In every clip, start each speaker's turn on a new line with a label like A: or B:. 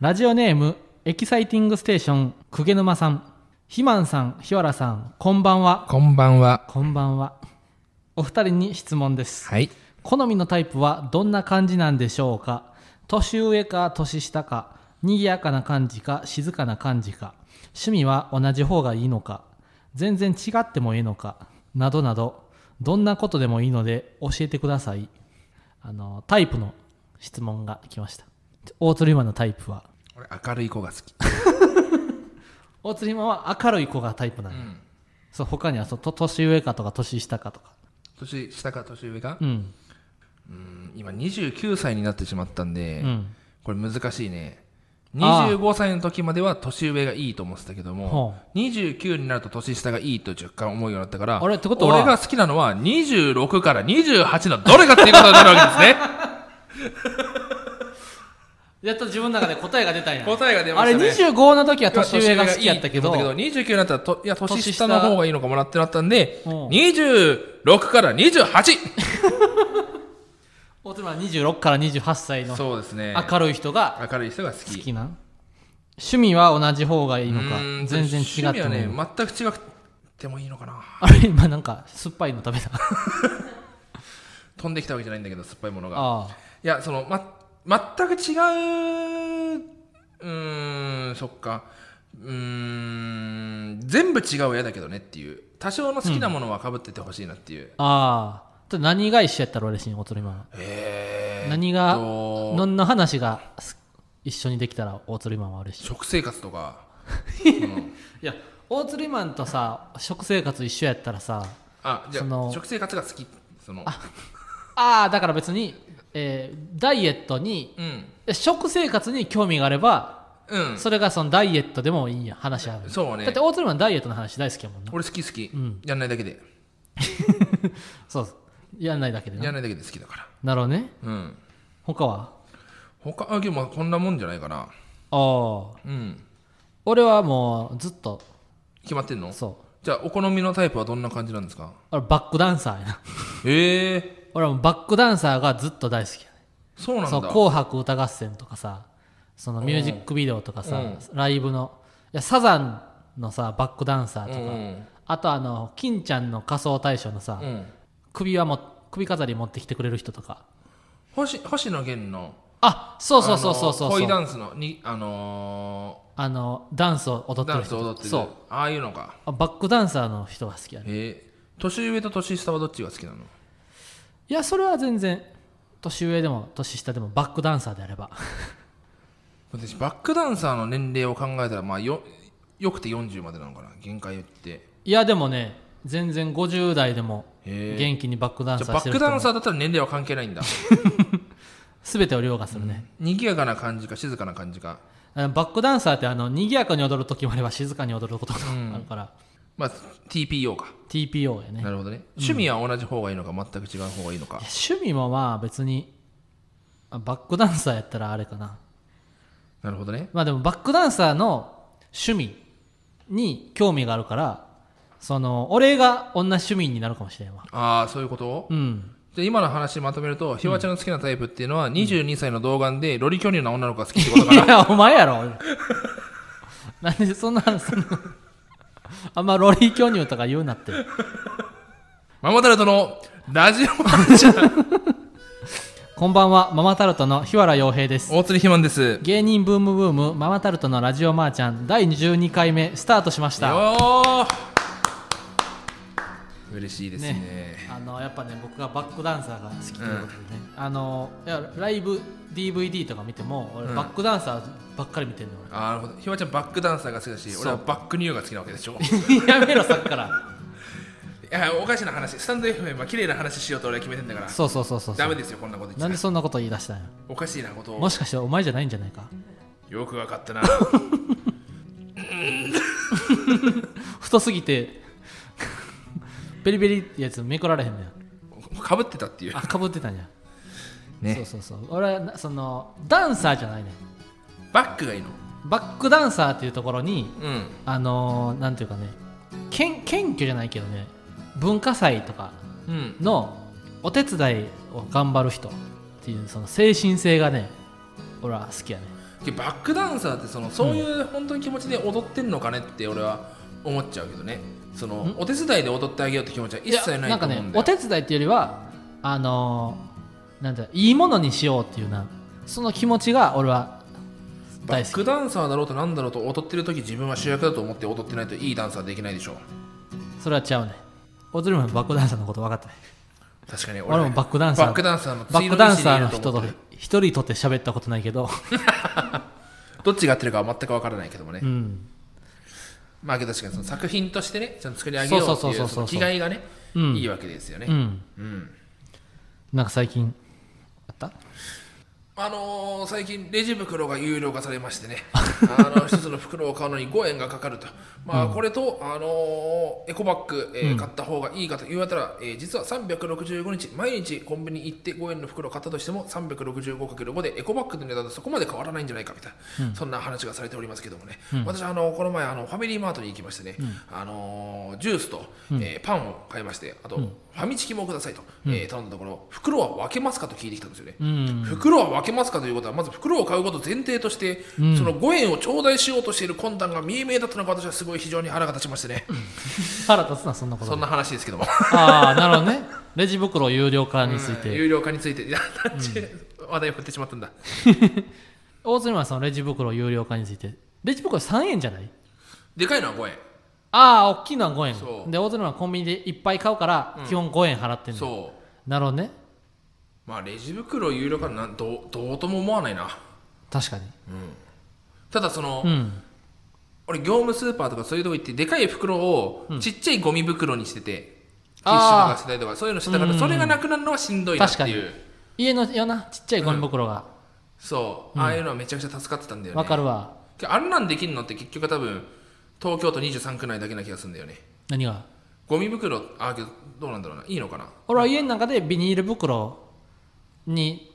A: ラジオネームエキサイティングステーションくげぬまさんひまんさんひわらさんこんばんは
B: こんばんは。
A: こんばんはお二人に質問です
B: はい。
A: 好みのタイプはどんな感じなんでしょうか年上か年下か賑やかな感じか静かな感じか趣味は同じ方がいいのか全然違ってもいいのかなどなどどんなことでもいいので教えてくださいあのタイプの質問が来ました大鶴マンのタイプは
B: 俺、明るい子が好き。
A: 大鶴マンは明るい子がタイプなんや、
B: ん
A: そう他にはそうと年上かとか年下かとか
B: 年下か年上か、
A: うん
B: うん、今29歳になってしまったんで、
A: うん
B: これ難しいね。
A: ああ
B: 25歳の時までは年上がいいと思ってたけども、29になると年下がいいと若干思うようになったから、
A: あれってことは
B: 俺が好きなのは26から28のどれかっていうことになるわ けですね。
A: やっと自分の中で答えが出たんや
B: 答えが出ま
A: あ
B: した
A: れ
B: ね。
A: 25の時は年上が好きやったけど
B: 年上がいいと思ったけど29になったらと、いや、年下の
A: 年下
B: 方がいいのかもなってなったんで、
A: うん
B: 26から28!
A: 大人は26から28歳の
B: そうですね。
A: 明るい人が
B: 明るい人が好
A: 好
B: き。
A: きなん趣味は同じ方がいいのか
B: うーん
A: 全然違ってもいい
B: 趣味はね、全く違くてもいいのかな。
A: あれ今なんか酸っぱいの食 べたあ
B: 飛んできたわけじゃないんだけど、酸っぱいものが。
A: あ
B: いや、その、ま、全く違う、うーん、そっか。うーん、全部違うは嫌だけどねっていう。多少の好きなものは被っててほしいなっていう。
A: ああちょっと何が一緒やったら嬉しいん大人今
B: えーっと
A: 何が何の話がす一緒にできたら大鶴マンは嬉しい
B: 食生活とか、
A: いや大鶴マンとさ食生活一緒やったらさ
B: あじゃ
A: そ
B: あ
A: の
B: 食生活が好きその
A: ああだから別に、えーダイエットに
B: うん
A: 食生活に興味があれば
B: うん
A: それがそのダイエットでもいいんや話し合う
B: そうね
A: だって大鶴マンダイエットの話大好きやもんな
B: 俺好き好き、
A: ん
B: やんないだけで
A: そうやんないだけで
B: や
A: なん
B: ないだけで好きだか
A: なるほどね
B: らうん
A: 他は
B: 他あでもこんなもんじゃないかな
A: ああ
B: うん
A: 俺はもうずっと
B: 決まってんの
A: そう
B: じゃあお好みのタイプはどんな感じなんですか
A: 俺バックダンサーやな
B: へえ
A: 俺はもうバックダンサーがずっと大好きやね
B: ー、そうなん
A: そう
B: だ
A: 紅白歌合戦とかさそのミュージックビデオとかさ、
B: うん
A: ライブのいやサザンのさバックダンサー
B: う
A: とか、
B: んうん
A: あとあの金ちゃんの仮装大賞のさ、
B: うん
A: 首はも首飾り持ってきてくれる人とか
B: 星星野源の
A: あそうそうそうそうそう
B: あの
A: そう
B: 恋ダンスのにあの
A: あのダンスを踊
B: ー
A: って
B: ダ
A: る
B: ンス
A: 人
B: を踊ってる
A: そう
B: ああいうのか
A: あバックダンサーの人が好きやね
B: へえ年上と年下はどっちが好きなの
A: いやそれは全然年上でも年下でもバックダンサーであれば
B: 私バックダンサーの年齢を考えたらまあよよくて40までなのかな限界って
A: いやでもね全然50代でも
B: へえ
A: 元気にバックダン
B: じゃ
A: サ
B: あ
A: ー
B: バ
A: して
B: ッ
A: る
B: ク
A: 人
B: ダ
A: も
B: ンサーだったら年齢は関係ない んだ
A: 全てを凌駕するね、
B: 賑やかな感じか静かな感じか
A: あのバックダンサーってあの賑やかに踊る時もあれば静かに踊ることもあるから、
B: まあ TPO か
A: TPO やねい
B: な
A: や
B: るほどね、趣味は同じ方がいいのか全く違う方がいいのか
A: 趣味もまあ別にあバックダンサーやったらあれかな
B: なるほどね
A: まあでもバックダンサーの趣味に興味があるからその俺が女趣味になるかもしれんわ
B: ああそういうこと、
A: うん
B: じゃあ今の話まとめるとひわちゃんの好きなタイプっていうのは22歳の童顔でロリ巨乳な女の子が好きってこと か
A: い
B: な
A: やお前やろなんでそんな話すんのあんまロリー巨乳とか言うなって
B: ママタルトのラジオ マンじゃ
A: こんばんはママタルトの日原洋平です
B: 大鶴ひまんですよ
A: 芸人ブームブームママタルトのラジオマーちゃん第12回目スタートしました
B: ー嬉しいですね
A: あのやっぱね僕がバックダンサーが好きということでね、あのいやライブ DVD とか見ても俺バックダンサーばっかり見てんの
B: あーなるほどひまちゃんバックダンサーが好きだし
A: そう
B: 俺はバックニューが好きなわけ でしょい
A: 俺やめろさっきから
B: やおかしな話スタンド FM は綺麗な話しようと俺は決めてんだから
A: そうそうそうそうそ
B: ダメ
A: う
B: ですよこんなこと言
A: な
B: っ
A: ん
B: て
A: で
B: た
A: そんなこと言い出したんや
B: おかしいなこと
A: も
B: を
A: しかしてお前じゃないんじゃないか
B: よくわかっ たな
A: 太すぎて ベリベリってやつめくられへんのや
B: かぶってたっていう
A: あかぶってたんや、
B: ね
A: そうそうそう俺はなそのダンサーじゃないね
B: バックがいいの
A: バックダンサーっていうところに
B: うん
A: あのー、なんていうかね謙謙虚じゃないけどね文化祭とか
B: うん
A: のお手伝いを頑張る人っていうその精神性がね俺は好きやね
B: けどバックダンサーってそのそういう本当に気持ちで踊ってんのかねって俺は思っちゃうけどねそのお手伝いで踊ってあげようって気持ちは一切ない
A: なん
B: と
A: か
B: 思う
A: ね
B: んだ
A: お
B: よ
A: 手伝いっていうよりはあのーなんだいいものにしようっていうなその気持ちが俺は
B: バ
A: 大
B: ッ
A: 好き
B: クダンサーだろうとなんだろうと踊ってる時自分は主役だと思って踊ってないといいダンサーできないでしょ
A: それは違うねオズルマンバックダンサーのこと分かってない
B: 確かに
A: 俺もバックダンサー
B: バックダンサーの
A: バックダンサーの人
B: 次の
A: と
B: 道にいると思って
A: 一人とって喋ったことないけど
B: るどっちが合ってるかは全く分からないけどもね、
A: うん
B: まあけど確かにその作品としてねちゃんと作り上げようって
A: そうそう
B: い
A: そううそう
B: その気概がね、
A: うん
B: いいわけですよね、
A: うん
B: うん
A: なんか最近あった
B: あのー最近レジ袋が有料化されましてねあの一つの袋を買うのに5円がかかると、まあ、これと、あのーエコバッグ、えー買った方がいいかと言われたら、えー実は365日毎日コンビニ行って5円の袋を買ったとしても 365×5 でエコバッグの値段とそこまで変わらないんじゃないかみたいな、そんな話がされておりますけどもね、私あのこの前あのファミリーマートに行きましてね、あのージュースと、えーパンを買いましてあと、ファミチキもくださいと、えー頼んだところ袋は分けますかと聞いてきたんですよね。
A: うん
B: 袋は分けますかということはまず袋を買うことを前提として、その5円を頂戴しようとしている魂胆が見え見えだったのが私はすごい非常に腹が立ちましてね、
A: 腹立つなそんなこと
B: そんな話ですけども、
A: ああなるほどねレジ袋有料化について
B: 有料化についていやなんて話題を振ってしまったんだ
A: 大鶴マンさんのレジ袋有料化についてレジ袋3円じゃない
B: でかいのは5円
A: ああ大きいのは5
B: そ
A: 円
B: う
A: で大鶴マンはコンビニでいっぱい買うから基本5円払ってんの、
B: そ
A: なるほどね
B: うまあレジ袋有料化なんどうどうとも思わないな
A: 確かに
B: ただその、
A: うん
B: 俺業務スーパーとかそういうとこ行ってでかい袋をちっちゃいゴミ袋にしてて、ティッシュ
A: あー
B: 流してたりとかそういうのしてたから、それがなくなるのはしんどいなって
A: 確か
B: い
A: に
B: う
A: 家のよなちっちゃいゴミ袋が、
B: そう、ああいうのはめちゃくちゃ助かってたんだよね
A: わかるわ
B: けどあんなんできるのって結局多分東京都23区内だけな気がするんだよね
A: 何が
B: ゴミ袋あけどどうなんだろうないいのかな
A: 俺は家の中でビニール袋に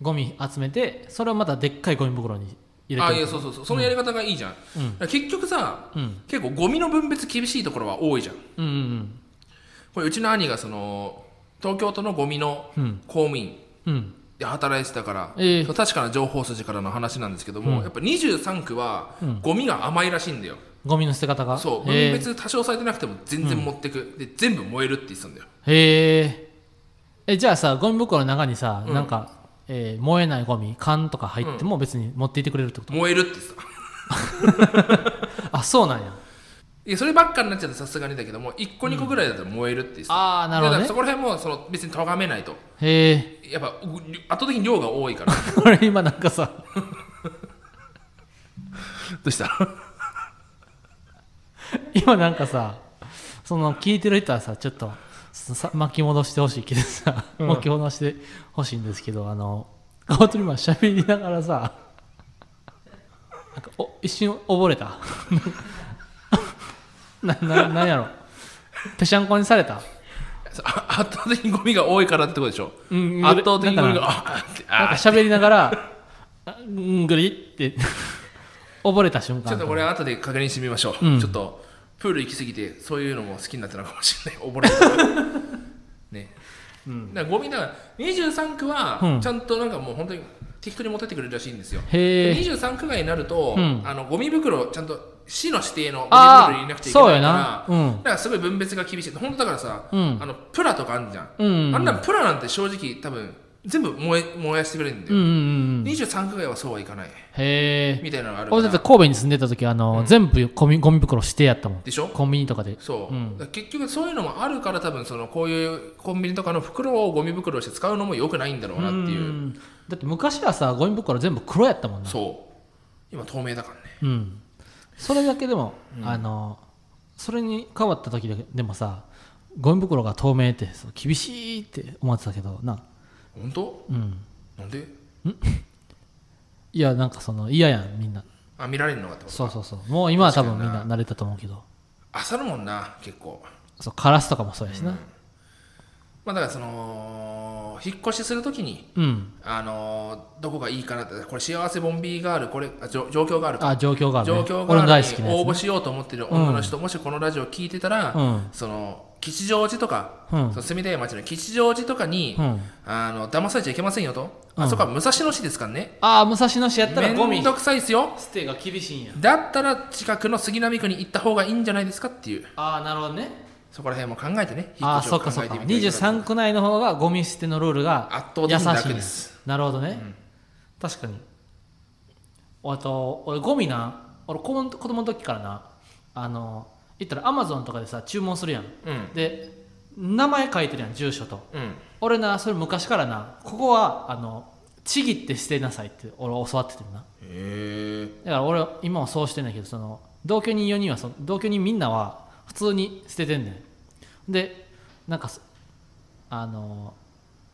A: ゴミ集めてそれをまたでっかいゴミ袋に入れ
B: あ
A: て
B: い
A: る
B: やそうそうそうそのやり方がいいじゃん、だから結局さ、
A: うん
B: 結構ゴミの分別厳しいところは多いじゃん
A: うんうん
B: これうちの兄がその東京都のゴミの
A: うん
B: 公務員
A: うんうん
B: で働いてたから、
A: ええ
B: そう確かな情報筋からの話なんですけども、やっぱ23区はゴミが甘いらしいんだよ、
A: ゴミの捨て方が
B: そう
A: へ
B: 分
A: え
B: 別多少されてなくても全然持ってく、で全部燃えるって言ってたんだよ
A: へええじゃあさゴミ袋の中にさ、
B: うん
A: なんか、えー燃えないゴミ缶とか入っても別に持っていてくれるってこと、
B: 燃えるって言ってた
A: あそうなんや
B: いやそればっかになっちゃうとさすがにだけども1個2個ぐらいだと燃えるって言ってた
A: ああなるほど
B: だから
A: ね
B: そこら辺もその別に咎めないと
A: へえ
B: やっぱう圧倒的に量が多いから ど
A: 俺今なんかさ
B: うした
A: 今なんかさその聞いてる人はさちょっとそさ巻き戻してほしいけどさ、巻き戻してほしいんですけどあの顔とりましゃべりながらさなんかお一瞬溺れた なななんやろぺしゃんこにされた
B: そうあ 圧倒的にゴミが多いからってことでしょ、
A: うん
B: 圧倒的にゴミ
A: なんか
B: があーって
A: なん
B: あ
A: か
B: ー
A: 喋りながら、あうんぐりって溺れた瞬間。
B: ちょっとこれ後で確認してみましょう、ちょっとプール行き過ぎてそういうのも好きになったのかもしれない溺れて るね、だからゴミだから23区
A: う
B: は
A: ん
B: ちゃんとなんかもう本当に適当に持ってってくれるらしいんですよ、
A: へえ。
B: 23区外になると、
A: うん
B: あのゴミ袋ちゃんと市の指定のゴミ袋に
A: ああ、
B: 入れなくちゃいけ
A: そう
B: ない
A: や
B: か
A: な。う
B: ら、
A: ん
B: だ。からすごい分別が厳しい本当だからさ、
A: うん
B: あのプラとかあるじゃん、
A: うん。
B: あんなプラなんて正直多分全部燃え燃やしてくれるんだ
A: うん
B: よ、
A: うんうんうん。へ
B: 23区外はそうはいかない
A: え。
B: みたいなのがあるか
A: 俺だって
B: ら
A: 神戸に住んでた時あの、全部ゴミゴミ袋指定やったもん。
B: でしょ
A: コンビニとかで。
B: そう、
A: うん
B: だから結局そういうのもあるから多分そのこういうコンビニとかの袋をゴミ袋として使うのも良くないんだろうなっていうう、
A: んだって昔はさ、ゴミ袋全部黒やったもんな。
B: そう今透明だからね
A: うん。それだけでも、あの、それに変わった時ででもさ、ゴミ袋が透明ってそう厳しいって思ってたけどな。
B: 本当
A: うん。
B: なんで
A: いやなんかその嫌やんみんな
B: あ見られるのかってこと
A: そうそうそうもう今は多分
B: 確
A: み
B: か
A: ん
B: に
A: な
B: な
A: 慣れたと思うけど
B: 焦るもんな結構
A: そうカラスとかもそうやしな
B: まあだからその引っ越しするときに
A: うん、
B: あのーどこがいいかなってこれ幸せボンビーガールこれあじょ状況があるか
A: あ状況がある、
B: 状
A: ね、
B: 況
A: 俺
B: ガ
A: の大好
B: ー
A: き
B: ル
A: な
B: に
A: や
B: 応
A: つ、
B: 募
A: ね、
B: しようと思ってる女の人、もしこのラジオ聞いてたら、
A: うん
B: その吉祥寺とか、
A: うん
B: その住みたい町の吉祥寺とかに、
A: うん
B: あの騙されちゃいけませんよと、
A: う
B: あ
A: ん
B: そこは武蔵野市ですからね
A: ああ武蔵野市やったらゴ
B: め
A: ミ
B: んどくさいですよ
A: 捨てが厳しいんや
B: だったら近くの杉並区に行った方がいいんじゃないですかっていう
A: ああなるほどね
B: そこら辺も考えてね
A: ああ
B: 引
A: そっ
B: 越
A: か
B: しを
A: そ
B: 考
A: っ
B: え
A: か
B: てみてください
A: 23区内の方がゴミ捨てのルールが
B: 圧倒
A: 優しいん
B: 的に
A: や
B: 楽です
A: なるほどね、確かにあと俺ゴミな俺子供の子供の時からなあの言ったらアマゾンとかでさ注文するやん
B: うん
A: で名前書いてるやん住所と
B: うん
A: 俺なそれ昔からなここはあのちぎって捨てなさいって俺教わっててんな
B: へえ
A: だから俺今はそうしてんだけどその同居人4人はその同居人みんなは普通に捨ててんねんでなんかそあの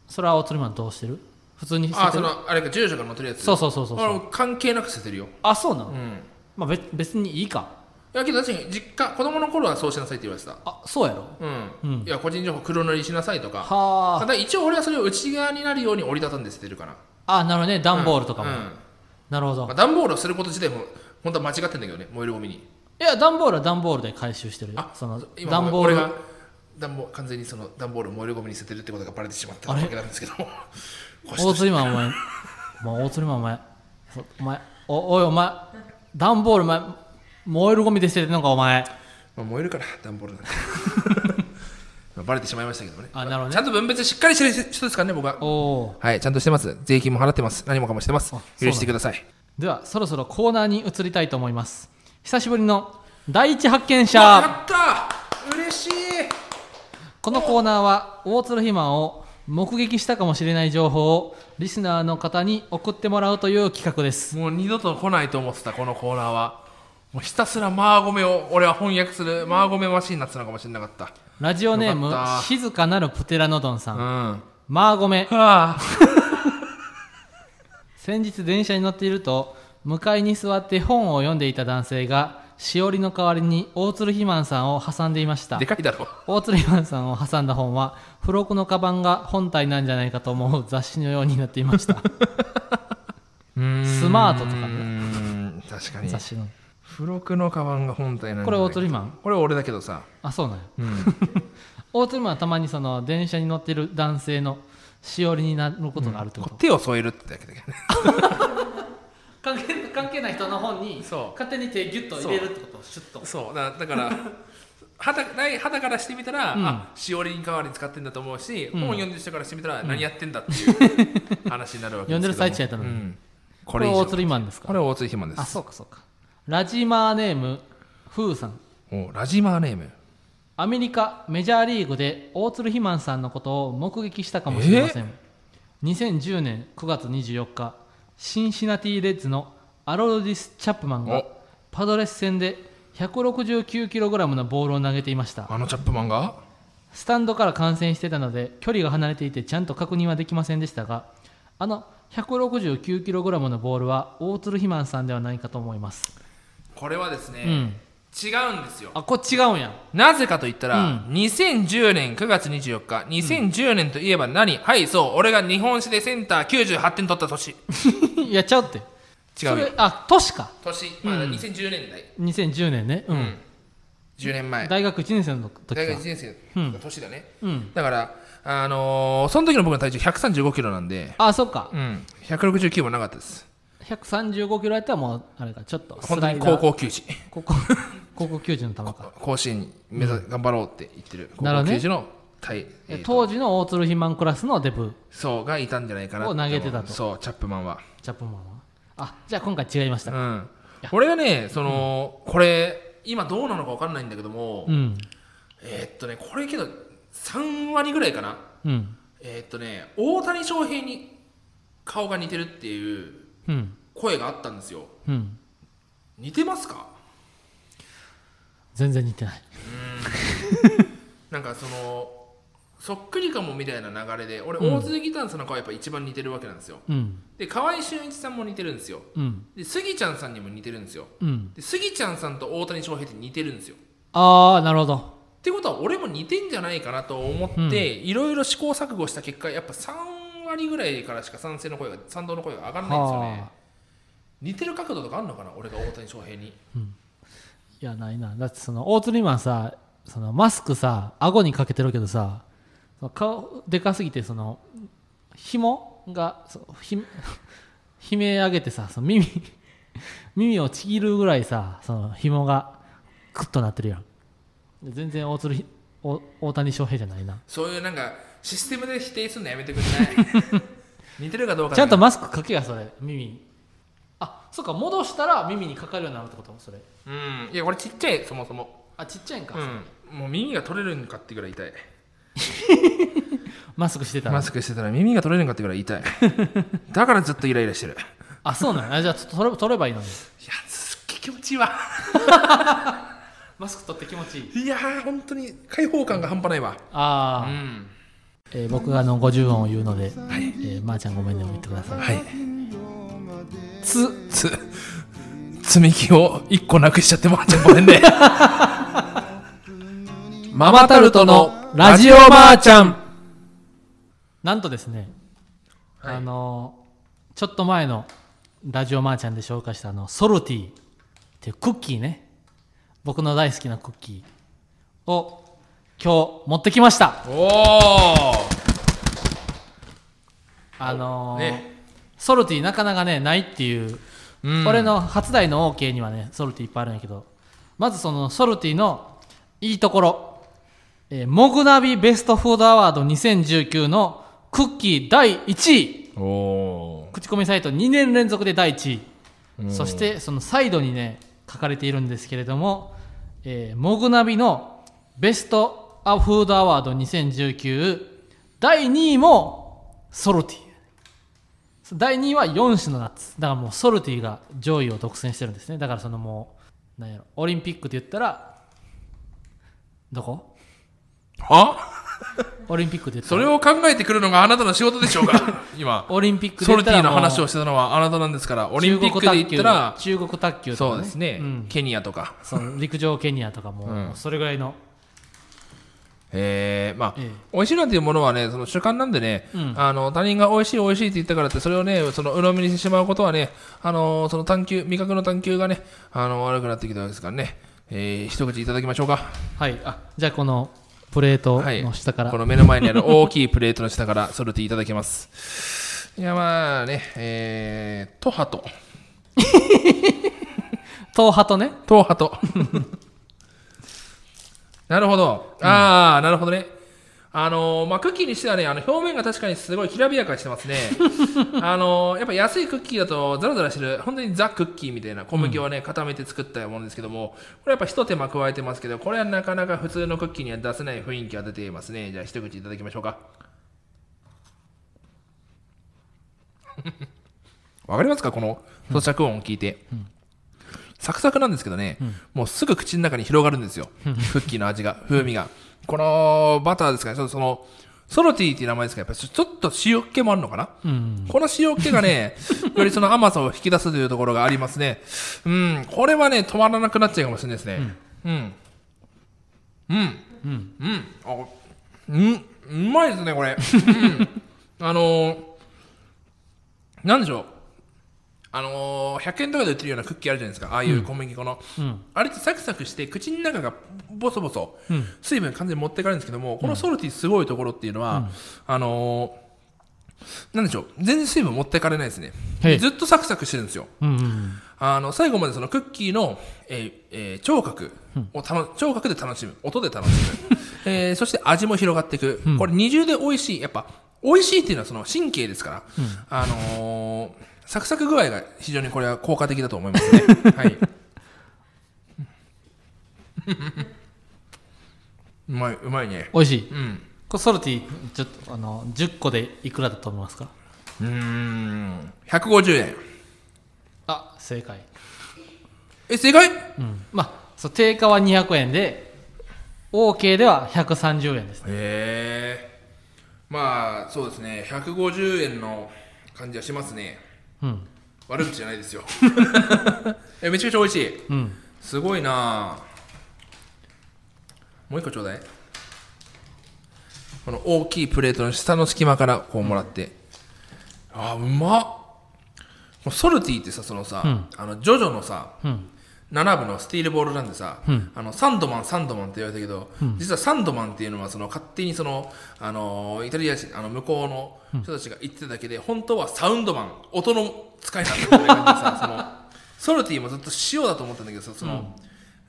A: それはオートリマンどうしてる普通に捨
B: あ
A: てて
B: そ
A: る
B: のあれか住所が載ってるやつ
A: そうそうそうそうそう
B: 俺関係なく捨ててるよ
A: あそうなの、
B: うん
A: まあ、別別にいいか
B: いやけど確かに実家子供の頃はそうしなさいって言われてた
A: あそうやろ
B: うん、
A: うん
B: いや個人情報黒塗りしなさいとかた
A: はあ
B: だ一応俺はそれを内側になるように折りたたんで捨てるから
A: あなるほどね段ボールとかも、
B: うん
A: なるほど、
B: まあ、段ボールをすること自体も本当は間違ってんだけどね燃えるゴミに
A: いや段ボールは段ボールで回収してるよ
B: あ
A: その
B: 今
A: 段ボー
B: 俺
A: ル
B: が段ボール完全にその段ボールを燃えるゴミに捨ててるってことがバレてしまった
A: あ
B: わ
A: れ
B: けなんですけど こうし
A: 大鶴マンお前、まあ、大鶴マンお前、そお前、おおいお前、段ボールお前、燃えるゴミで捨ててんのかお前。
B: まあ、燃えるから段ボールなんて まあバレてしまいましたけどね
A: あなるほどね
B: ちゃんと分別しっかりしてる人ですからね僕は
A: おお
B: はいちゃんとしてます税金も払ってます何もかもしてます
A: あそうなんだ
B: 許してください
A: ー。では、そろそろコーナーに移りたいと思います。久しぶりの第一発見
B: や
A: 者。
B: った嬉しい
A: このコーナーは、大鶴肥満を目撃したかもしれない情報をリスナーの方に送ってもらうという企画です。
B: もう二度と来ないと思ってたこのコーナーはもうひたすらマーゴメを俺は翻訳するマーゴメマシーンになってたのかもしれなかった
A: ラジオネーム
B: よかっ、た
A: 静かなるプテラノドンさ
B: うん
A: ん、
B: は
A: マーゴメ。
B: あ
A: 先日電車に乗っていると向かいに座って本を読んでいた男性がしおりの代わりに大鶴ひまんさんを挟んでいました
B: でかいだろ
A: 大鶴ひまんさんを挟んだ本は付録のカバンが本体なんじゃないかと思う雑誌のようになっていました スマートとか
B: う
A: ね
B: ん確かに
A: 雑誌の
B: 付録のカバンが本体なん
A: これ大鶴ひまん
B: これ俺だけどさ
A: あそうなんや
B: うん
A: 大鶴ひまんはたまにその電車に乗ってる男性のしおりになることがあるってこと、
B: 手を添えるってだけだけどね
A: 関係関係ない人の本に
B: そう
A: 勝手に手ギュッと入れるってことシュッと
B: そうだだから肌ない肌からしてみたら、
A: うん
B: あしおりに代わりに使ってんだと思うし、
A: ん
B: 本読んでる人からしてみたら何やってんだっていう話になるわけで
A: 読
B: すけども
A: んでる最中やったのに
B: うん
A: こ
B: こ
A: れ
B: れ以
A: 大
B: 上
A: 鶴ひまんですか
B: これ大鶴ひまんです
A: あそうかそうかラジマーネームフーさん
B: おラジマーネーム
A: アメリカメジャーリーグで大鶴ひまんさんのことを目撃したかもしれません2010年9月24日シンシナティレッズのアロルディス・チャップマンが
B: お
A: パドレス戦で 169kg のボールを投げていました
B: あのチャップマンが
A: スタンドから観戦してたので距離が離れていてちゃんと確認はできませんでしたがあの 169kg のボールは大鶴ひまんさんではないかと思います、
B: これはですね、
A: うん
B: 違うんですよ
A: あこれ違うんや
B: なぜかと言ったら、
A: う
B: 2010年9月24日2010年といえば何、はいそう俺が日本史でセンター98点取った年
A: いやちゃうって
B: 違う
A: そ
B: よ
A: れあ年か
B: 年、まあ、2010年代、
A: 2010年ね、うん
B: 10年前
A: 大学1年生の時
B: 大
A: か
B: 学1年生の年だね、
A: うん
B: だからあのーその時の僕の体重135キロなんで
A: あそっか
B: うん169もなかったです
A: 135キロやったらもうあれかちょっと
B: 本当に高
A: 校
B: 校球児
A: 高校 高校球児の球か
B: 甲子園に目指、頑張ろうって言ってる高
A: なるほ
B: 校
A: どね
B: 球児の体、えーと
A: 当時の大鶴ひまんクラスのデブ
B: そうがいたんじゃないかな
A: を投げてたと
B: そうチャップマンは
A: チャップマンはあじゃあ今回違いまし
B: う
A: た
B: ん俺がねその、これ今どうなのか分かんないんだけども、
A: うん
B: えーっとねこれけど3割ぐらいかな
A: うん
B: えーっとね大谷翔平に顔が似てるっていう
A: うん
B: 声があったんですよ
A: うん
B: 似てますか
A: 全然似てない
B: なんかそのそっくりかもみたいな流れで俺
A: うん
B: 大鈴木丹さんの顔やっぱ一番似てるわけなんですよ
A: うん
B: で河合俊一さんも似てるんですよ
A: うん
B: でスギちゃんさんにも似てるんですよ
A: うん
B: でスギちゃんさんと大谷翔平って似てるんですよ
A: ああなるほど
B: ってことは俺も似てんじゃないかなと思っていろいろ試行錯誤した結果やっぱ3割ぐらいからしか賛成の声が賛同の声が上がらないんですよね
A: は
B: 似てる角度とかあるのかな俺が大谷翔平に
A: いやないなだってその大鶴ひまんさそのマスクさ顎にかけてるけどさその顔でかすぎてその紐がそうひ悲鳴上げてさその耳耳をちぎるぐらいさその紐がクッとなってるやんで全然大鶴ひお大谷翔平じゃないな
B: そういうなんかシステムで否定するのやめてくれない 似てるかどうか
A: ちゃんと
B: ま
A: マスクかけやそれ耳にあそっか戻したら耳にかかるようになるってことそれ
B: うんいやこれちっちゃいそもそも
A: あちっちゃいんか、
B: うんもう耳が取れるんかってぐらい痛い
A: マスクしてたら
B: マスクしてたら耳が取れるんかってぐらい 痛いだからずっとイライラしてるいや
A: あそうなのあじゃあちょっと取れ取ればいいのに
B: すっげえ気持ちいいわ
A: マスク取って気持ちいい
B: いやー本当に開放感が半端ないわ
A: あ
B: う
A: あ、
B: ん
A: えー僕があの50音を言うので、えーまー、ちゃんごめんねも言ってください
B: はいつつ積み木を一個なくしちゃってまーちゃんごめん ねママタルトのラジオまーちゃん
A: なんとですね、
B: はい
A: あのーちょっと前のラジオまーちゃんで紹介したあのソルティっていうクッキーね僕の大好きなクッキーを今日持ってきました
B: おお
A: あのー
B: ね
A: ソルティなかなかねないっていう、
B: うん
A: これの初代の OK にはねソルティいっぱいあるんやけどまずそのソルティのいいところ、えーモグナビベストフードアワード2019のクッキー第1位
B: おお
A: 口コミサイト2年連続で第1位、そしてそのサイドにね書かれているんですけれども、えーモグナビのベストアフードアワード2019第2位もソルティ第2位は4種のナッツだからもうソルティが上位を独占してるんですねだからそのもうなんやろオリンピックって言ったらどこ
B: あ
A: オリンピックって言った
B: そ
A: ら
B: れを考えてくるのがあなたの仕事でしょう か今
A: オリンピックで
B: ソ
A: 言
B: ル
A: っ
B: テ
A: た
B: ィ
A: ら
B: の話
A: も
B: を
A: う
B: してたのはあなたなんですからオリンピックで言ったら
A: 中国卓球中国卓球とか、
B: そうですね、
A: うん
B: ケニアとか
A: その陸上ケニアとかも
B: うん
A: もうそれぐらいの、
B: えー、まあ、
A: ええ
B: 美味しいなんていうものはねその主観なんでね、
A: うん
B: あの他人が美味しい美味しいって言ったからってそれをねその鵜呑みにしてしまうことはねあのその探求味覚の探求がねあの悪くなってきたわけですからね、えー、一口いただきましょうか
A: はいあじゃあこのプレートの下から、
B: この目の前にある大きいプレートの下からソルティいただきますいやまあねえー、トハト
A: 党派とね
B: トハト なるほどああ、なるほどねあのーまあ、クッキーにしてはねあの表面が確かにすごいきらびやかにしてます ねあのーやっぱ安いクッキーだとザラザラしてる本当にザ・クッキーみたいな小麦をね固めて作ったものですけどもこれやっぱひと手間加えてますけどこれはなかなか普通のクッキーには出せない雰囲気が出ていますねじゃあ一口いただきましょうか わかりますかこの咀嚼音を聞いて、サクサクなんですけどね、もうすぐ口の中に広がるんですよ、クッキーの味が、風味が。このバターですかね、ちょっとその、ソロティーっていう名前ですか、やっぱりちょっと塩っ気もあるのかな、
A: うん
B: この塩っ気が ね、よりその甘さを引き出すというところがありますね。うん、これはね、止まらなくなっちゃうかもしれないですね。うん。うん。うん。うん。あうん、うまいですね、これ。うん、あのー、なんでしょう。あのー、100円とかで売ってるようなクッキーあるじゃないですか、ああいう小麦粉の。
A: うん
B: あれってサクサクして口の中がボソボソ、
A: うん
B: 水分完全に持ってかれるんですけどもこのソルティすごいところっていうのは、あのーなんでしょう全然水分持ってかれないですね
A: へい
B: ずっとサクサクしてるんですよ
A: うんうん
B: あの最後までそのクッキーの、えーえー聴覚をたの聴覚で楽しむ音で楽しむ、えーそして味も広がっていく、これ二重で美味しいやっぱ美味しいっていうのはその神経ですから、あのーサクサク具合が非常にこれは効果的だと思いますねはいうんうまいうまいね
A: 美味しい
B: うん
A: これソルティちょっとあの10個でいくらだと思いますか
B: うーん150円
A: あ正解
B: え正解
A: うんまあそう定価は200円で OK では130円です
B: へえまあそうですね150円の感じはしますね
A: うん
B: 悪口じゃな いですよえめちゃくちゃ美味しい
A: うん
B: すごいなあもう一個ちょうだいこの大きいプレートの下の隙間からこうもらって、あうまっもうソルティってさそのさ、
A: ん
B: あのジョジョのさ
A: うん
B: 7部のスティールボールランでさ、
A: うん
B: あのサンドマンサンドマンって言われたけど、実はサンドマンっていうのはその勝手にその、あのイタリア人あの向こうの人たちが言ってただけで、本当はサウンドマン音の使いなんだっていう感じでさそのソルティもずっと塩だと思ったんだけどさその、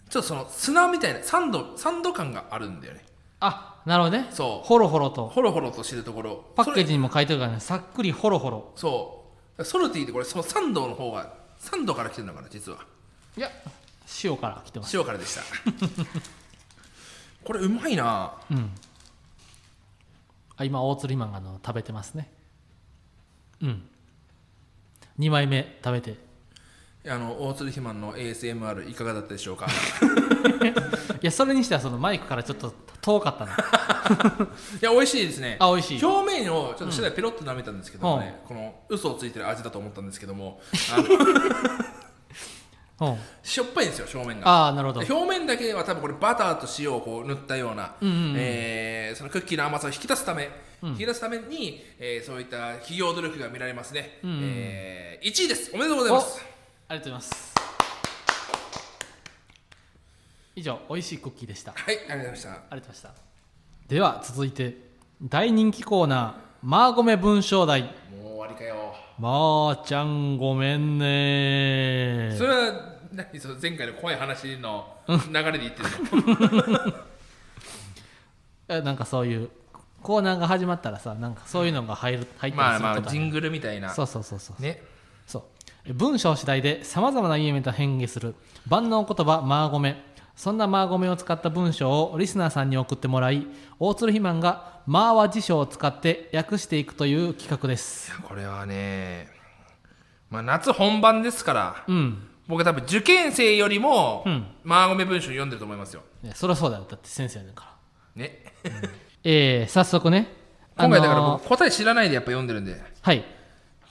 B: ちょっとその砂みたいなサンドサンド感があるんだよね
A: あなるほどね
B: そう
A: ほろほろと
B: ほろほろとしてるところ
A: パッケー
B: それ
A: ジにも書いてるからねさっくりほろほろ
B: そうソルティってこれそのサンドの方がサンドから来てるのかな実はい
A: や塩から来てます
B: 塩から でしたこれうまいな
A: うんあ今大釣りマンがあの食べてますねうん2枚目食べて
B: あの大鶴肥満の ASMR いかがだったでしょうか
A: いやそれにしてはそのマイクからちょっと遠かったない
B: や美味しいですね
A: あ美味しい
B: 表面をちょっと下でペロッと舐めたんですけどもね、この嘘をついてる味だと思ったんですけどもあの
A: うん
B: しょっぱいんですよ正面が
A: ああなるほど
B: 表面だけは多分これバターと塩をこう塗ったような、
A: うんうんうん
B: えーそのクッキーの甘さを引き出すため、引き出すために、えーそういった企業努力が見られますね、
A: うんうん
B: え1位ですおめでとうございます
A: ありがとうございます以上美味しいクッキーでした
B: はいありがとうございました
A: ありがとうございましたでは続いて大人気コーナー「マーゴメ文章題
B: もう終わりかよ」
A: まーちゃんごめんね
B: それは何その前回の怖い話の流れで言ってるの
A: えなんかそういうコーナーが始まったらさなんかそういうのが入る入った
B: ま
A: り
B: あ
A: する
B: ま
A: こ
B: あ
A: と
B: ジングルみたいな
A: そうそうそうそう
B: ね
A: そうえ文章次第でさまざまな意味と変化する万能言葉マーゴメそんなマーゴメを使った文章をリスナーさんに送ってもらい大鶴肥満が「マーは辞書」を使って訳していくという企画です
B: これはねまあ夏本番ですから
A: うん
B: 僕多分受験生よりも、
A: うん
B: マーゴメ文章読んでると思いますよ
A: いやそりゃそうだよだって先生やねんから
B: ね
A: えー、早速ね
B: 今回だから
A: あのー
B: 僕答え知らないでやっぱ読んでるんで
A: はい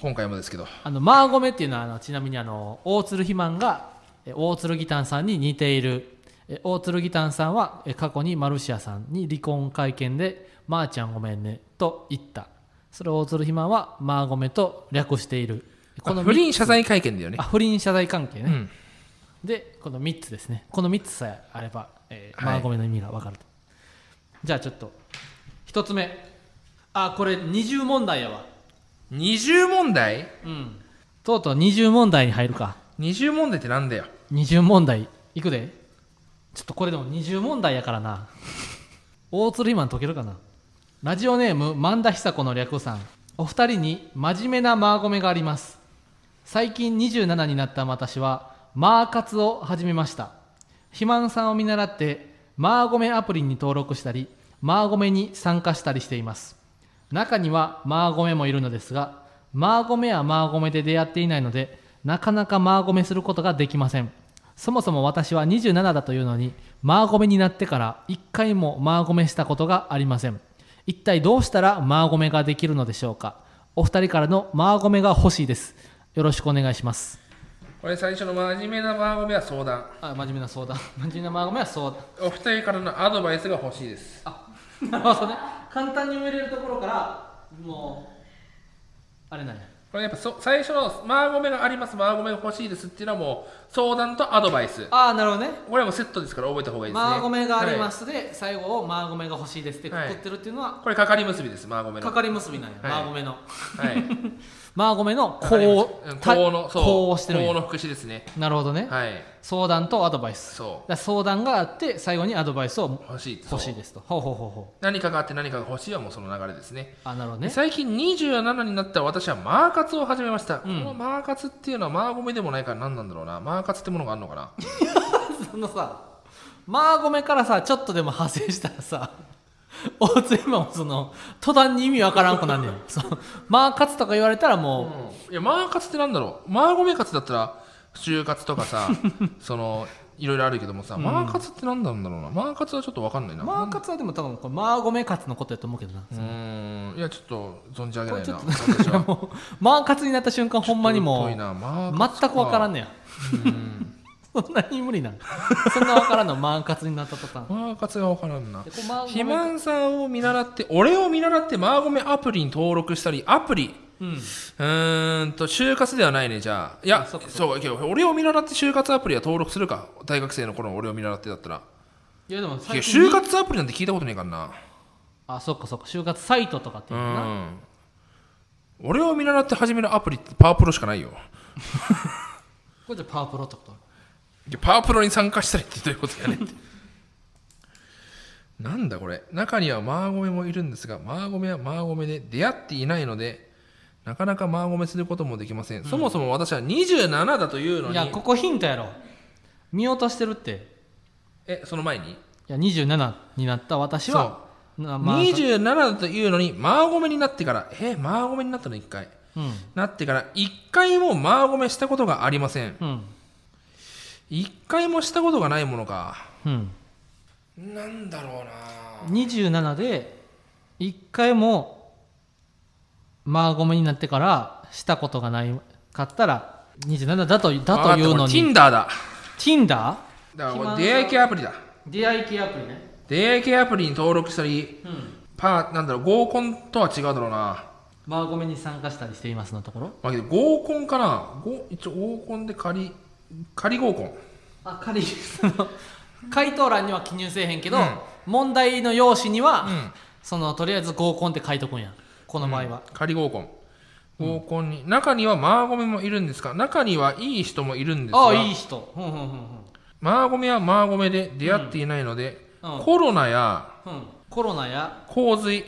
B: 今回もですけど
A: あのマーゴメっていうのはあのちなみにあの大鶴肥満がえ大鶴義丹さんに似ているえ大鶴義丹さんはえ過去にマルシアさんに離婚会見で「まー、ちゃんごめんね」と言ったそれを大鶴肥満は「マーゴメ」と略している
B: この
A: 三
B: 不
A: つ
B: 倫謝罪会見だよね
A: あ不倫謝罪関係ね、
B: うん
A: でこの3つですねこの3つさえあれば、えー
B: はい
A: マーゴメの意味が分かるとじゃあちょっと1つ目あこれ二重問題やわ
B: 二重問題
A: うんとうとう二重問題に入るか
B: 二重問題ってなんだよ
A: 二重問題いくでちょっとこれでも二重問題やからな大鶴マン解けるかなラジオネーム萬田久子の略さんお二人に真面目なマーゴメがあります最近27になった私はマー活を始めました肥満さんを見習ってマーゴメアプリに登録したりマーゴメに参加したりしています中にはマーゴメもいるのですがマーゴメはマーゴメで出会っていないのでなかなかマーゴメすることができませんそもそも私は27だというのにマーゴメになってから1回もマーゴメしたことがありません一体どうしたらマーゴメができるのでしょうかお二人からのマーゴメが欲しいですよろしくお願いします
B: これ最初の真面目なマーゴメは相談
A: あ真面目な相談 真面目なマーゴメは相談
B: お二人からのアドバイスが欲しいです
A: あなるほどね簡単に埋めれるところからもうあれなんや
B: これやっぱそ最初のマーゴメがありますマーゴメが欲しいですっていうのはもう相談とアドバイス
A: ああなるほどね
B: これはもうセットですから覚えた方がいいですね、
A: マーゴメがありますすで、最後をマーゴメが欲しいですってく
B: はい
A: くってるっていうのは、
B: はいこれかかり結びですマーゴメの
A: かかり結びなんや、
B: はい
A: マーゴメの
B: はい
A: マーゴメの
B: かかり
A: こ
B: 結びう
A: うんた
B: こうのそう
A: こうしてるん
B: こう
A: や
B: の副詞ですね
A: なるほどね、
B: はい
A: 相談とアドバイスだか
B: そう
A: ら相談があって最後にアドバイスを
B: 欲しい
A: 欲しい
B: そう
A: ですとほうほうほうほう
B: 何かがあって何かが欲しいはもうその流れですね
A: あなるほどね
B: 最近27になった私はマー活を始めました、
A: うん
B: このマー活っていうのはマーゴメでもないから何なんだろうなマー活ってものがあるのかな
A: そのさマーゴメからさちょっとでも派生したらさ 大津今もその途端に意味わからんくなんねん そうマーカツとか言われたらも、
B: いやマー活ってなんだろうマーゴメ活だったら就活とかさそのいろいろあるけどもさ、マー活って何なんだろうなマー活はちょっと分かんないうな
A: マーカツはでも多分これマーゴメカツのことやと思うけどな
B: うーんいやちょっと存じ上げないな
A: こ
B: 私は
A: もうマーカツになった瞬間ほんまにもう
B: ちょっと疎いなマー活
A: 全く分からん
B: ね
A: ねやそんなに無理なんそんな分からんのマーカツになった途端
B: マー活が分からんな
A: でこうマーゴメ
B: 肥満さんを見習って俺を見習ってマーゴメアプリに登録したりアプリ
A: うん
B: うーんと就活ではないねじゃあいやそうけど俺を見習って就活アプリは登録するか大学生の頃の俺を見習ってだったら
A: いやでも
B: いや
A: 最近
B: 就活アプリなんて聞いたことねえからな
A: あそっかそっか就活サイトとかって
B: う
A: いうのかなん
B: 俺を見習って始めるアプリってパワープロしかないよ
A: これじゃパワープロってこと
B: いやパワープロに参加したりってどういうことやねんってなんだこれ中にはマーゴメもいるんですがマーゴメはマーゴメで出会っていないのでなかなかマーゴメすることもできません、そもそも私は27だというの
A: い
B: に
A: やここヒントやろ見落としてるって
B: えその前に
A: いや27になった私はなまあ
B: 27だというのにマーゴメになってからえマーゴメになったの1回
A: うん
B: なってから1回もマーゴメしたことがありません
A: うん
B: 1回もしたことがないものか
A: うん
B: なんだろうな
A: 27で一回もマーゴメになってからしたことがないかったら27だとだというの
B: ティ
A: に
B: ンダーだ
A: Tinder?
B: だからこ
A: 暇
B: れ出会い系アプリだ
A: 出会い系アプリね
B: 出会い系アプリに登録したり
A: うん
B: パーなんだろう合コンとは違うだろうな
A: マーゴメに参加したりしていますのところ
B: まあけど合コンかな合一応合コンで仮仮合コン
A: あ仮にそ の回答欄には記入せえへんけど、
B: うん
A: 問題の用紙には、
B: うん
A: そのとりあえず合コンって書いとくんやこの場合は、
B: 仮合コン合コンに、中にはマーゴメもいるんですが中にはいい人もいるんですが
A: ああいい人うんうんうん
B: マーゴメはマーゴメで出会っていないので、
A: うんうん
B: コロナや
A: うんうんコロナや
B: 洪水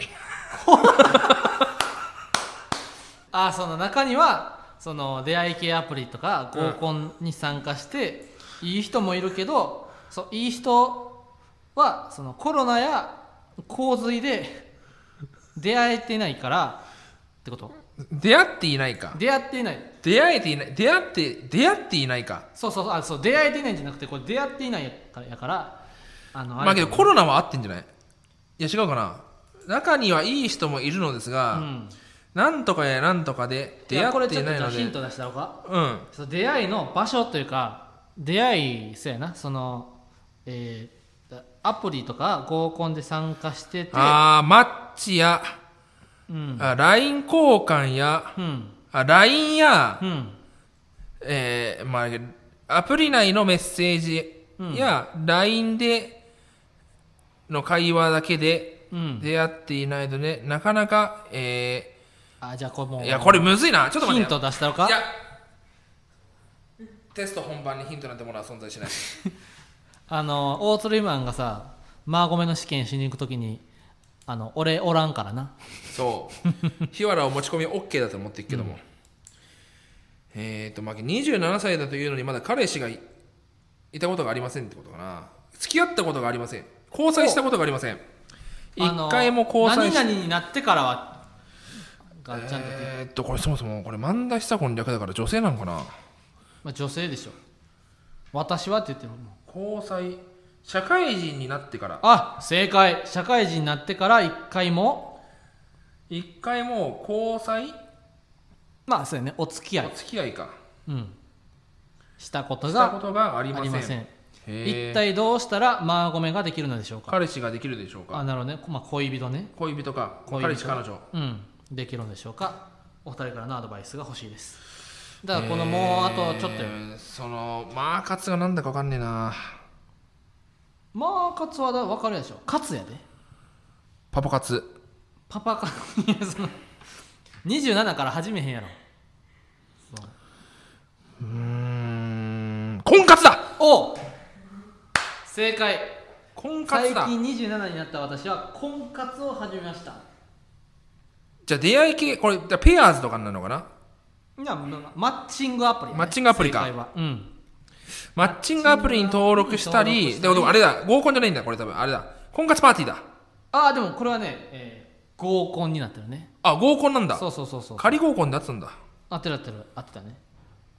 A: ああその中にはその出会い系アプリとか合コンに参加して、いい人もいるけどそういい人はそのコロナや洪水で出会えてないからってこと
B: 出会っていないか
A: 出会っていない
B: 出会えていない出会って出会っていないか
A: そうそうそうあそう出会えていないんじゃなくてこれ出会っていないやからやからあの
B: まあけど
A: れ
B: コロナは合ってんじゃないいや違うかな中にはいい人もいるのです
A: う
B: が、
A: ん、
B: なんとかやなんとかで
A: い
B: 出
A: やこれ
B: 会って
A: ちょ
B: い
A: っと
B: ない
A: じゃあ
B: の
A: ヒン
B: で
A: ト出したろうか
B: うん
A: そう出会いの場所というか出会いそうやなそのえーだアプリとか合コンで参加してて
B: ああマッチや、
A: うん
B: あ LINE 交換や
A: うん
B: あ LINE や、
A: うん
B: えーまあ、アプリ内のメッセージや、LINE での会話だけで
A: うん
B: 出会っていないので、なかなか、え
A: あじゃあこれもう
B: ー、
A: い
B: いやこれむずいなちょっと待
A: ヒ
B: っ
A: ン
B: て
A: ト出したろうか
B: いやテスト本番にヒントなんてものは存在しない
A: あの大鶴マンがさマーゴメの試験しに行くときにあの俺おらんからな
B: そう 日原を持ち込み OK だと思っていくけども、えっ、ー、とまあ27歳だというのにまだ彼氏がいいたことがありませんってことかな付き合ったことがありません交際したことがありません
A: あの
B: 一回も交際し
A: 何々になってからはがちゃんと、
B: えー、っとこれそもそもこれ萬田久子の略だから女性なのかな
A: まあ、女性でしょ私はって言ってるもん
B: 交際社会人になってから
A: あ正解社会人になってから一回も
B: 一回もう交際
A: まあそうやねお付き合い
B: お、付き合いか
A: うん、したこと
B: した
A: が
B: ことがあ
A: あ
B: りませ
A: り
B: ん
A: ません
B: へ
A: 一
B: ー
A: 体どうしたらマーゴメができるのでしょうか
B: 彼氏ができるでしょうか
A: あなるほどね、まあ、恋人ね
B: 恋人か
A: 恋人
B: 彼氏彼女
A: うんできるのでしょうかお二人からのアドバイスが欲しいですだからこのもうあとちょっとよ、
B: えーそのマーカツがなんだかわかんねえな
A: まあカツはだ分かるでしょカツやで
B: パパ活
A: パパカいやその27から始めへんやろそう
B: うーん婚活だ
A: お正解
B: 婚
A: 最
B: 活だ
A: 近27になった私は婚活を始めました
B: じゃあ出会い系これじゃあペアーズとかになるのかない
A: やまマッチングアプリね、
B: マッチングアプリか
A: 正解はうん
B: マッチングアプリに登録したり
A: マッチング
B: で
A: アプリに登録したり
B: もあれだ合コンじゃないんだこれ多分あれだ婚活パーティーだ
A: ああでもこれはね、えー合コンになってるね
B: あ合コンなんだ
A: そうそうそうそう
B: 仮合コンであってたんだ
A: 合ってる合ってる合ってたね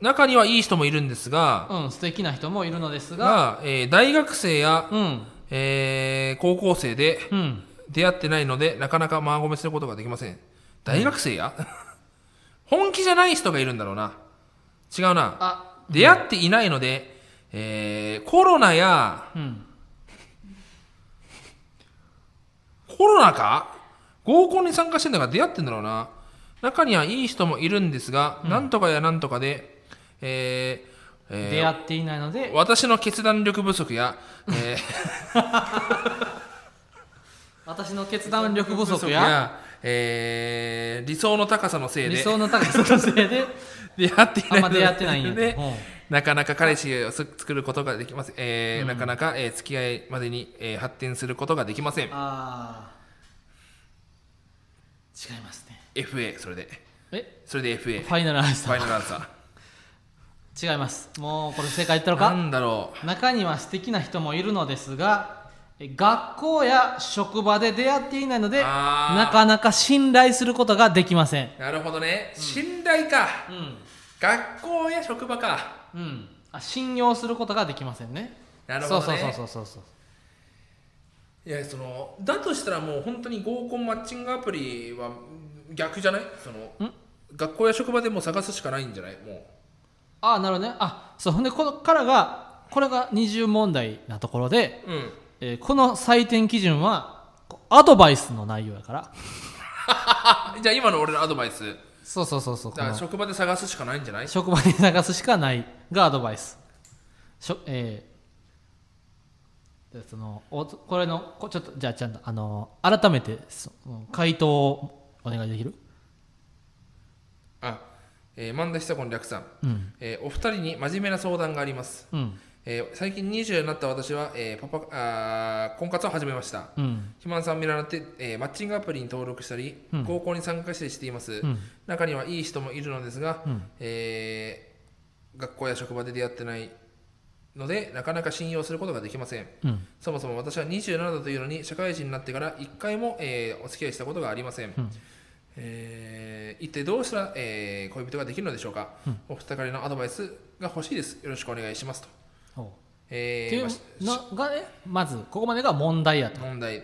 B: 中にはいい人もいるんですが
A: うん素敵な人もいるのですが
B: が、えー大学生や、
A: うん
B: えー高校生で
A: うん
B: 出会ってないのでなかなかマーゴメすることができません大学生や、 本気じゃない人がいるんだろうな違うな
A: あ
B: 出会っていないので、えーコロナや
A: うん
B: コロナか合コンに参加してんだから出会ってんだろうな中にはいい人もいるんですが、なんとかやなんとかで、えーえー
A: 出会っていないので
B: 私の決断力不足や、 えー
A: 私の決断力不足や
B: えー理想の高さのせい
A: 理
B: で
A: 想の高さのせいで
B: 出会っていない
A: あんま出会ってないんや
B: の
A: と、
B: で
A: うん
B: なかなか彼氏を作ることができません、えーなかなか、えー付き合いまでに、えー発展することができません
A: あー違いますね
B: FA それで
A: え
B: それで FA
A: フ
B: フ
A: ァイナルアンサ
B: ァイナ
A: ー
B: ルアンサ
A: 違いますもうこれ正解言った
B: ー
A: ろ
B: な
A: か
B: んだろ
A: 中には素敵な人もいるのですがえ学校や職場で出会っていないので
B: あー
A: なかなか信頼することができません
B: うなるほどね、信頼か
A: うん
B: 学校や職場か
A: うんあ信用することができませんね
B: なるほどね
A: そうそうそうそうそう
B: いやそのだとしたらもう本当に合コンマッチングアプリは逆じゃないその
A: ん
B: 学校や職場でもう探すしかないんじゃないもう
A: ああなるほどねあそうほんでこのからがこれが二重問題なところで、
B: うん
A: えーこの採点基準はこうアドバイスの内容やから
B: あじゃあ今の俺のアドバイス
A: そうそうそうそう
B: だか
A: こ
B: ら
A: の
B: 職場で探すしかないんじゃない
A: 職場に流すしかないがアドバイスしょえーでそのおこれのこちょっとじゃあちゃんとあの改めてその回答をお願いできる
B: あ、えー、萬田久子の略さん、
A: うん
B: えーお二人に真面目な相談があります、
A: うん
B: えー最近20になった私は、えーパパあー婚活を始めました
A: うん
B: 肥満さんを見習って、えーマッチングアプリに登録したり、合コンに参加したりしています、
A: ん
B: 中にはいい人もいるのですが、
A: うん
B: えー学校や職場で出会ってないのでなかなか信用することができません
A: うん
B: そもそも私は27だというのに社会人になってから1回も、えーお付き合いしたことがありません、えー一体どうしたら、えー恋人ができるのでしょうか、お二人のアドバイスが欲しいですよろしくお願いしますと、
A: おう
B: えー
A: っていう
B: まあ
A: のがねまずここまでが問題やと
B: 問題、
A: ん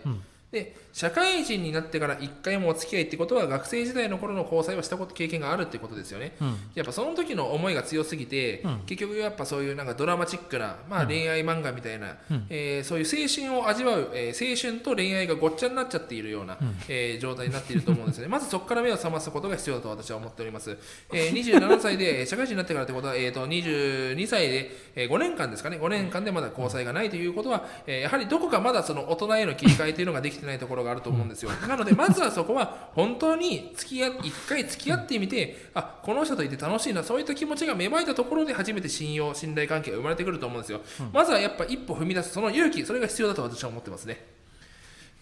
B: で社会人になってから1回もお付き合いってことは学生時代の頃の交際はしたこと経験があるってことですよね、
A: うん
B: やっぱその時の思いが強すぎて、結局やっぱそういうなんかドラマチックな、まあ、恋愛漫画みたいな、えーそういう青春を味わう、えー青春と恋愛がごっちゃになっちゃっているような、えー状態になっていると思うんですねまずそこから目を覚ますことが必要だと私は思っております、えー27歳でえー社会人になってからってことは、えー、と22歳で、えー5年間ですかね5年間でまだ交際がないということは、えーやはりどこかまだその大人への切り替えというのができてないところがあると思うんです よなのでまずはそこは本当に付き合い一回付き合ってみてあこの人といて楽しいなそういった気持ちが芽生えたところで初めて信用信頼関係が生まれてくると思うんですよ、まずはやっぱ一歩踏み出すその勇気それが必要だと私は思ってますね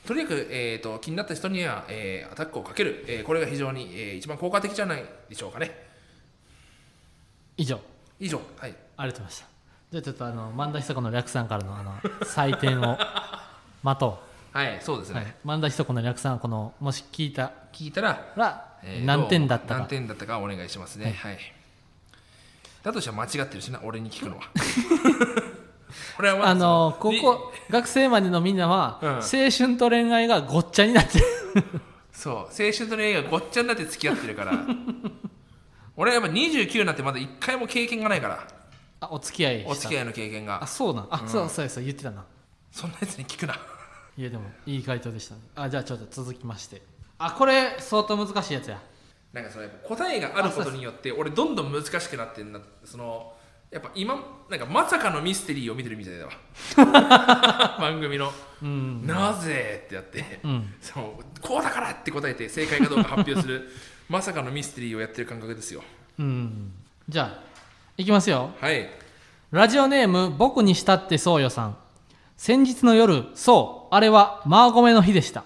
B: とにかく、えー、と気になった人には、えーアタックをかける、えーこれが非常に、えー一番効果的じゃないでしょうかね
A: 以上
B: 以上はい
A: ありがとうございましたじゃあちょっとあの萬田久子の略さんからのあの採点 を待と
B: はいそうです
A: う、
B: ね、
A: はい、萬田久子の略さんはこのもし聞いた
B: 聞いたら
A: ら
B: えー
A: 何点だった
B: 何
A: か
B: 点だったかお願いしますね、はいだとしたら間違ってるしな俺に聞くのは これはまず
A: あ の
B: そ
A: ここ学生までのみんなは、
B: うん
A: 青春と恋愛がごっちゃになってる
B: そう青春と恋愛がごっちゃになって付き合ってるから 俺はやっぱ29になってまだ1回も経験がないから
A: あお付き合いした
B: お付き合いの経験
A: あ
B: が
A: そうなんあ、そうそうそう言ってたな
B: そんなやつに聞くない
A: やでもいい回答でしたねあじゃあちょっと続きましてあこれ相当難しいやつや
B: なんかそれ答えがあることによって俺どんどん難しくなってんなそのやっぱ今なんかまさかのミステリーを見てるみたいだ わ番組の
A: うん
B: 「なぜ?」ってやって、
A: うん
B: そうこうだからって答えて正解かどうか発表する まさかのミステリーをやってる感覚ですよ
A: うんじゃあいきますよ
B: はい
A: ラジオネーム僕にしたってそうよさん先日の夜そうあれはマーゴメの日でした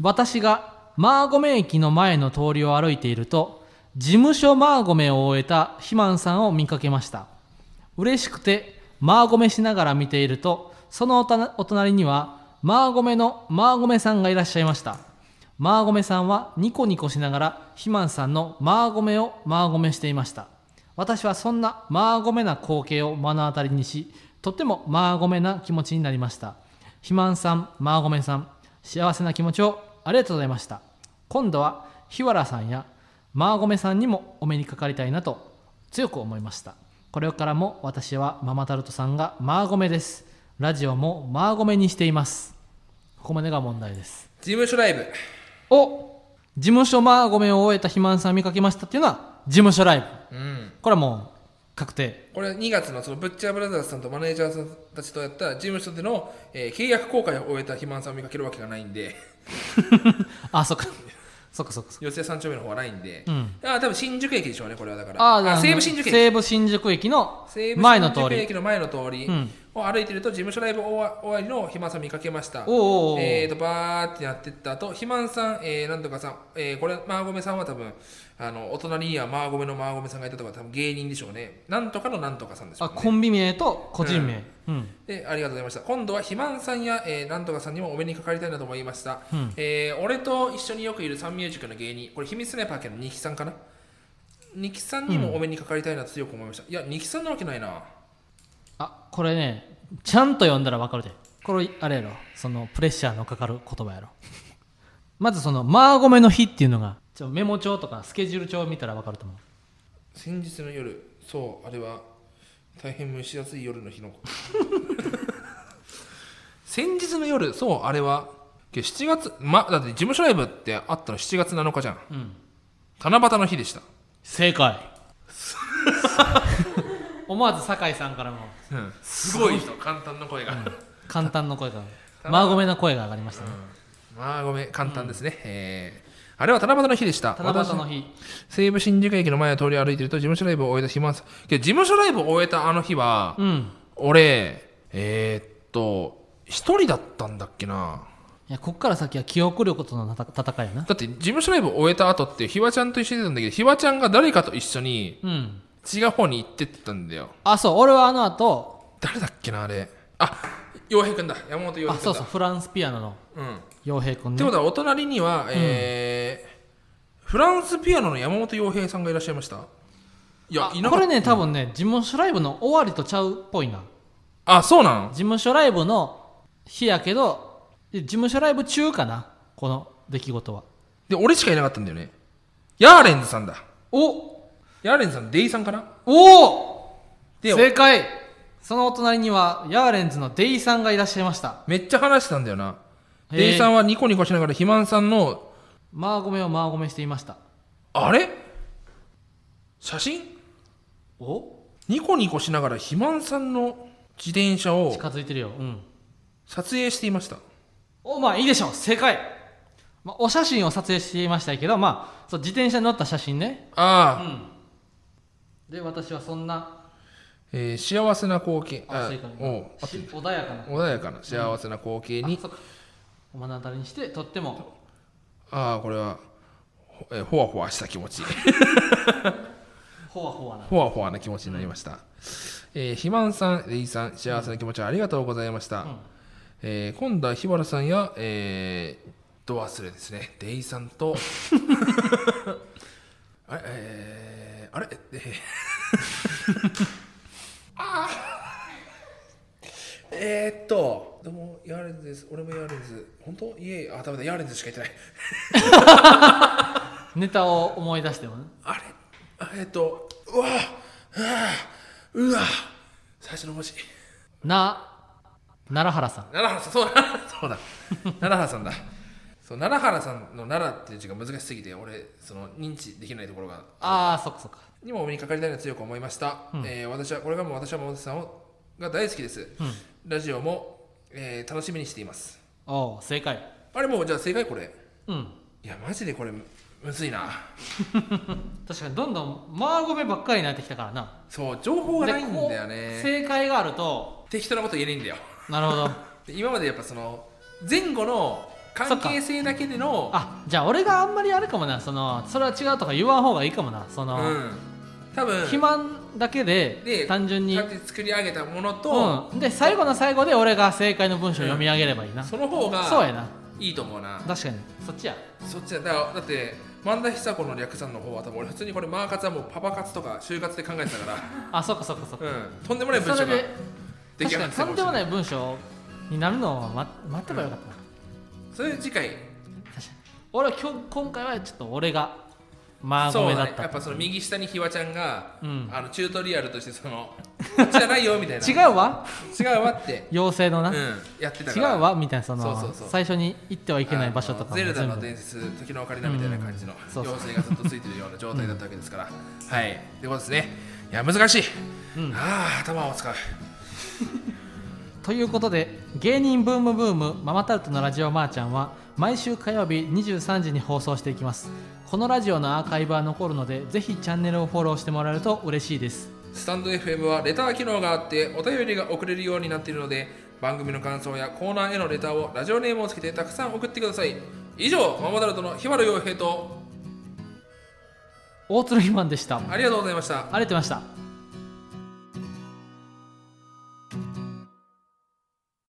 A: 私がマーゴメ駅の前の通りを歩いていると事務所マーゴメを終えたひまんさんを見かけました嬉しくてマーゴメしながら見ているとそのおたお隣にはマーゴメのマーゴメさんがいらっしゃいましたマーゴメさんはニコニコしながらひまんさんのマーゴメをマーゴメしていました私はそんなマーゴメな光景を目の当たりにしとてもマーゴメな気持ちになりました肥満さん、マーゴメさん、幸せな気持ちをありがとうございました。今度は日原さんやマーゴメさんにもお目にかかりたいなと強く思いました。これからも私はママタルトさんがマーゴメです。ラジオもマーゴメにしています。ここまでが問題です。
B: 事務所ライブ
A: お事務所ごめを終えた肥満さん見かけましたっていうのは事務所ライブ
B: うん
A: これはもう確定
B: これ2月のそのブッチャーブラザーズさんとマネージャーさんたちとやった事務所での、えー契約更改を終えた肥満さんを見かけるわけがないんで
A: あそっかそっかそっかそっか
B: 寄せ3丁目の方はないんで、
A: うん
B: あ多分新宿駅でしょうねこれはだから
A: あーなるほど
B: 西武新宿駅
A: 西武新宿駅の
B: 西武
A: 前の通
B: 新宿
A: り
B: 駅の前の通り
A: うん
B: を歩いてると事務所ライブ終わ終わりの肥満さん見かけました
A: おうおうおう
B: えー、とバーってやってった後肥満さん、えー、なんとかさん、えー、これマーゴメさんは多分あのお隣にはマーゴメのマーゴメさんがいたとか多分芸人でしょうねなんとかのなんとかさんでしょ
A: あ
B: うね
A: コンビ名と個人名うん
B: でありがとうございました今度は肥満さんや、えーなんとかさんにもお目にかかりたいなと思いました、
A: うん
B: えー俺と一緒によくいるサンミュージックの芸人これ秘密スナイパー家の二木さんかな二木さんにもお目にかかりたいなと強く思いました、いや二木さんなわけないな
A: あこれねちゃんと読んだらわかるでこれあれやろそのプレッシャーのかかる言葉やろ まずその「マーゴメの日」っていうのがちょメモ帳とかスケジュール帳見たらわかると思う
B: 先日の夜そうあれは大変蒸し暑い夜の日の 先日の夜そうあれはけど7月まだって事務所ライブってあったの7月7日じゃん
A: うん
B: 七夕の日でした、
A: 正解思わず酒井さんからも
B: すごい人簡単な声が、
A: 簡単な声がマーゴメな声が上がりましたね
B: まあごめん簡単ですね、えーあれは七夕の日でした
A: 七夕の日
B: 私西武新宿駅の前を通り歩いてると事務所ライブを終えた暇さけど事務所ライブを終えたあの日は、
A: うん
B: 俺えー、っと一人だったんだっけない
A: やこっから先は記憶力とのなた戦いやな
B: だって事務所ライブ終えた後ってひわちゃんと一緒に出たんだけどひわちゃんが誰かと一緒に
A: うん
B: 違う方に行ってったんだよ
A: あそう俺はあの後
B: 誰だっけなあれあ洋平くんだ山本洋
A: あ
B: 平く
A: そ
B: ん
A: う
B: だ
A: そうフランスピアノの
B: うん
A: 洋平君
B: っ
A: ね
B: てことはお隣には、えーフランスピアノの山本洋平さんがいらっしゃいましたいや
A: あ
B: いな
A: こ
B: か
A: れ
B: っ
A: ね多分ね事務所ライブの終わりとちゃうっぽいな
B: あそうなの
A: 事務所ライブの日やけど事務所ライブ中かなこの出来事は
B: で俺しかいなかったんだよねヤーレンズさんだ
A: お
B: ヤーレンズさんデイさんかな
A: お
B: で
A: 正解そのお隣にはヤーレンズのデイさんがいらっしゃいました
B: めっちゃ話してたんだよな
A: へー
B: デイさんはニコニコしながら肥満さんの
A: マーゴメをマーゴメしていました
B: あれ写真
A: お
B: ニコニコしながら肥満さんの自転車を
A: 近づいてるようん
B: 撮影していました
A: おまあいいでしょう正解、まあ、お写真を撮影していましたけどまあそう自転車に乗った写真ねう
B: ああ、
A: んで私はそんな
B: えー幸せな光景
A: あ
B: あ
A: 正解
B: おうあ
A: し穏やかな
B: 穏やかな幸せな光景に
A: あそっかお目の当たりにしてとっても
B: ああこれはほえーほわほわした気持ち
A: ほわほわな
B: ほわほわな気持ちになりました、えー、肥満さんレイさん幸せな気持ちをありがとうございました、
A: ん
B: えー今度は日原さんやえー、ド忘れですねレイさんとあれえー、あれえーあーえー、っと、どうも、ヤーレンズです。俺もヤーレンズ。本当いえ、あ、ダメだ、ヤーレンズしか言ってない。
A: ネタを思い出してもね
B: あれあえっと、うわうわうわ最初の文字。
A: な奈良原さん
B: 奈良原さん、そうだ、そうだ。奈良原さんだ。そう奈良原さんの奈良っていう字が難しすぎて、俺、その認知できないところが。
A: ああそっかそっか
B: にもお目にかかりたいなと強く思いました。えー私は、これからも私は桃瀬さんをが大好きです。ラジオも、えー楽しみにしています。
A: おお正解
B: あれ、もうじゃあ正解これ。
A: うん
B: いや、マジでこれ、むむずいな。
A: 確かにどんどんマーゴメばっかりになってきたからな
B: そう、情報がないんだよ
A: でこう
B: ね。
A: 正解があると
B: 適当なこと言えないんだよ。
A: なるほど
B: で今までやっぱその前後の関係性だけでの
A: あじゃあ俺があんまりあるかもなそのそれは違うとか言わん方がいいかもなその、
B: うん多分
A: 肥満だけで
B: で
A: 単純に
B: こうやって作り上げたものと、
A: うん、で最後の最後で俺が正解の文章を読み上げればいいな、
B: その方
A: そう
B: が
A: やない
B: いと思うな
A: 確かにそっちや
B: そっちだだだって萬田久子の略さんの方は多分俺普通にこれマー活はもうパパ活とか就活で考えてたか、
A: あそっかそっかそっから
B: うん、とんでもない文章
A: そ
B: が
A: れで
B: 出
A: 確
B: 来上
A: かに
B: がって
A: と
B: たかも
A: ん
B: し
A: で
B: れ
A: も
B: ない
A: ない文章になるのを待待ってばよかったな、
B: それで次回
A: 俺は今日今回はちょっと俺がまあ
B: そ
A: ご
B: う
A: めだ
B: だ、
A: っ
B: ね、
A: た
B: やっぱその右下にひわちゃんが、
A: うん
B: あのチュートリアルとしてその 「こっちじゃないよ」みたい な
A: 違うわ
B: 違うわって、
A: 妖精の
B: う
A: な、
B: ん、やってた
A: 違
B: か
A: う
B: ら
A: わみたいなその
B: そうそうそう
A: 最初に行ってはいけない場所とかも
B: あのゼルダの
A: 全部
B: 伝説時のオカリナみたいな感じの
A: うんそうそう
B: 妖精がずっとついてるような状態だったわけですから、はいってことですねいや難しい、
A: うん
B: ああ頭を使う
A: ということで芸人ブームブームママタルトのラジオマーちゃんは毎週火曜日23時に放送していきますこのラジオのアーカイブは残るのでぜひチャンネルをフォローしてもらえると嬉しいです
B: スタンド FM はレター機能があってお便りが送れるようになっているので番組の感想やコーナーへのレターをラジオネームをつけてたくさん送ってください以上ママタルトの日原洋平と
A: 大鶴ひまんでしたあり
B: ありがとうございました
A: がとうございました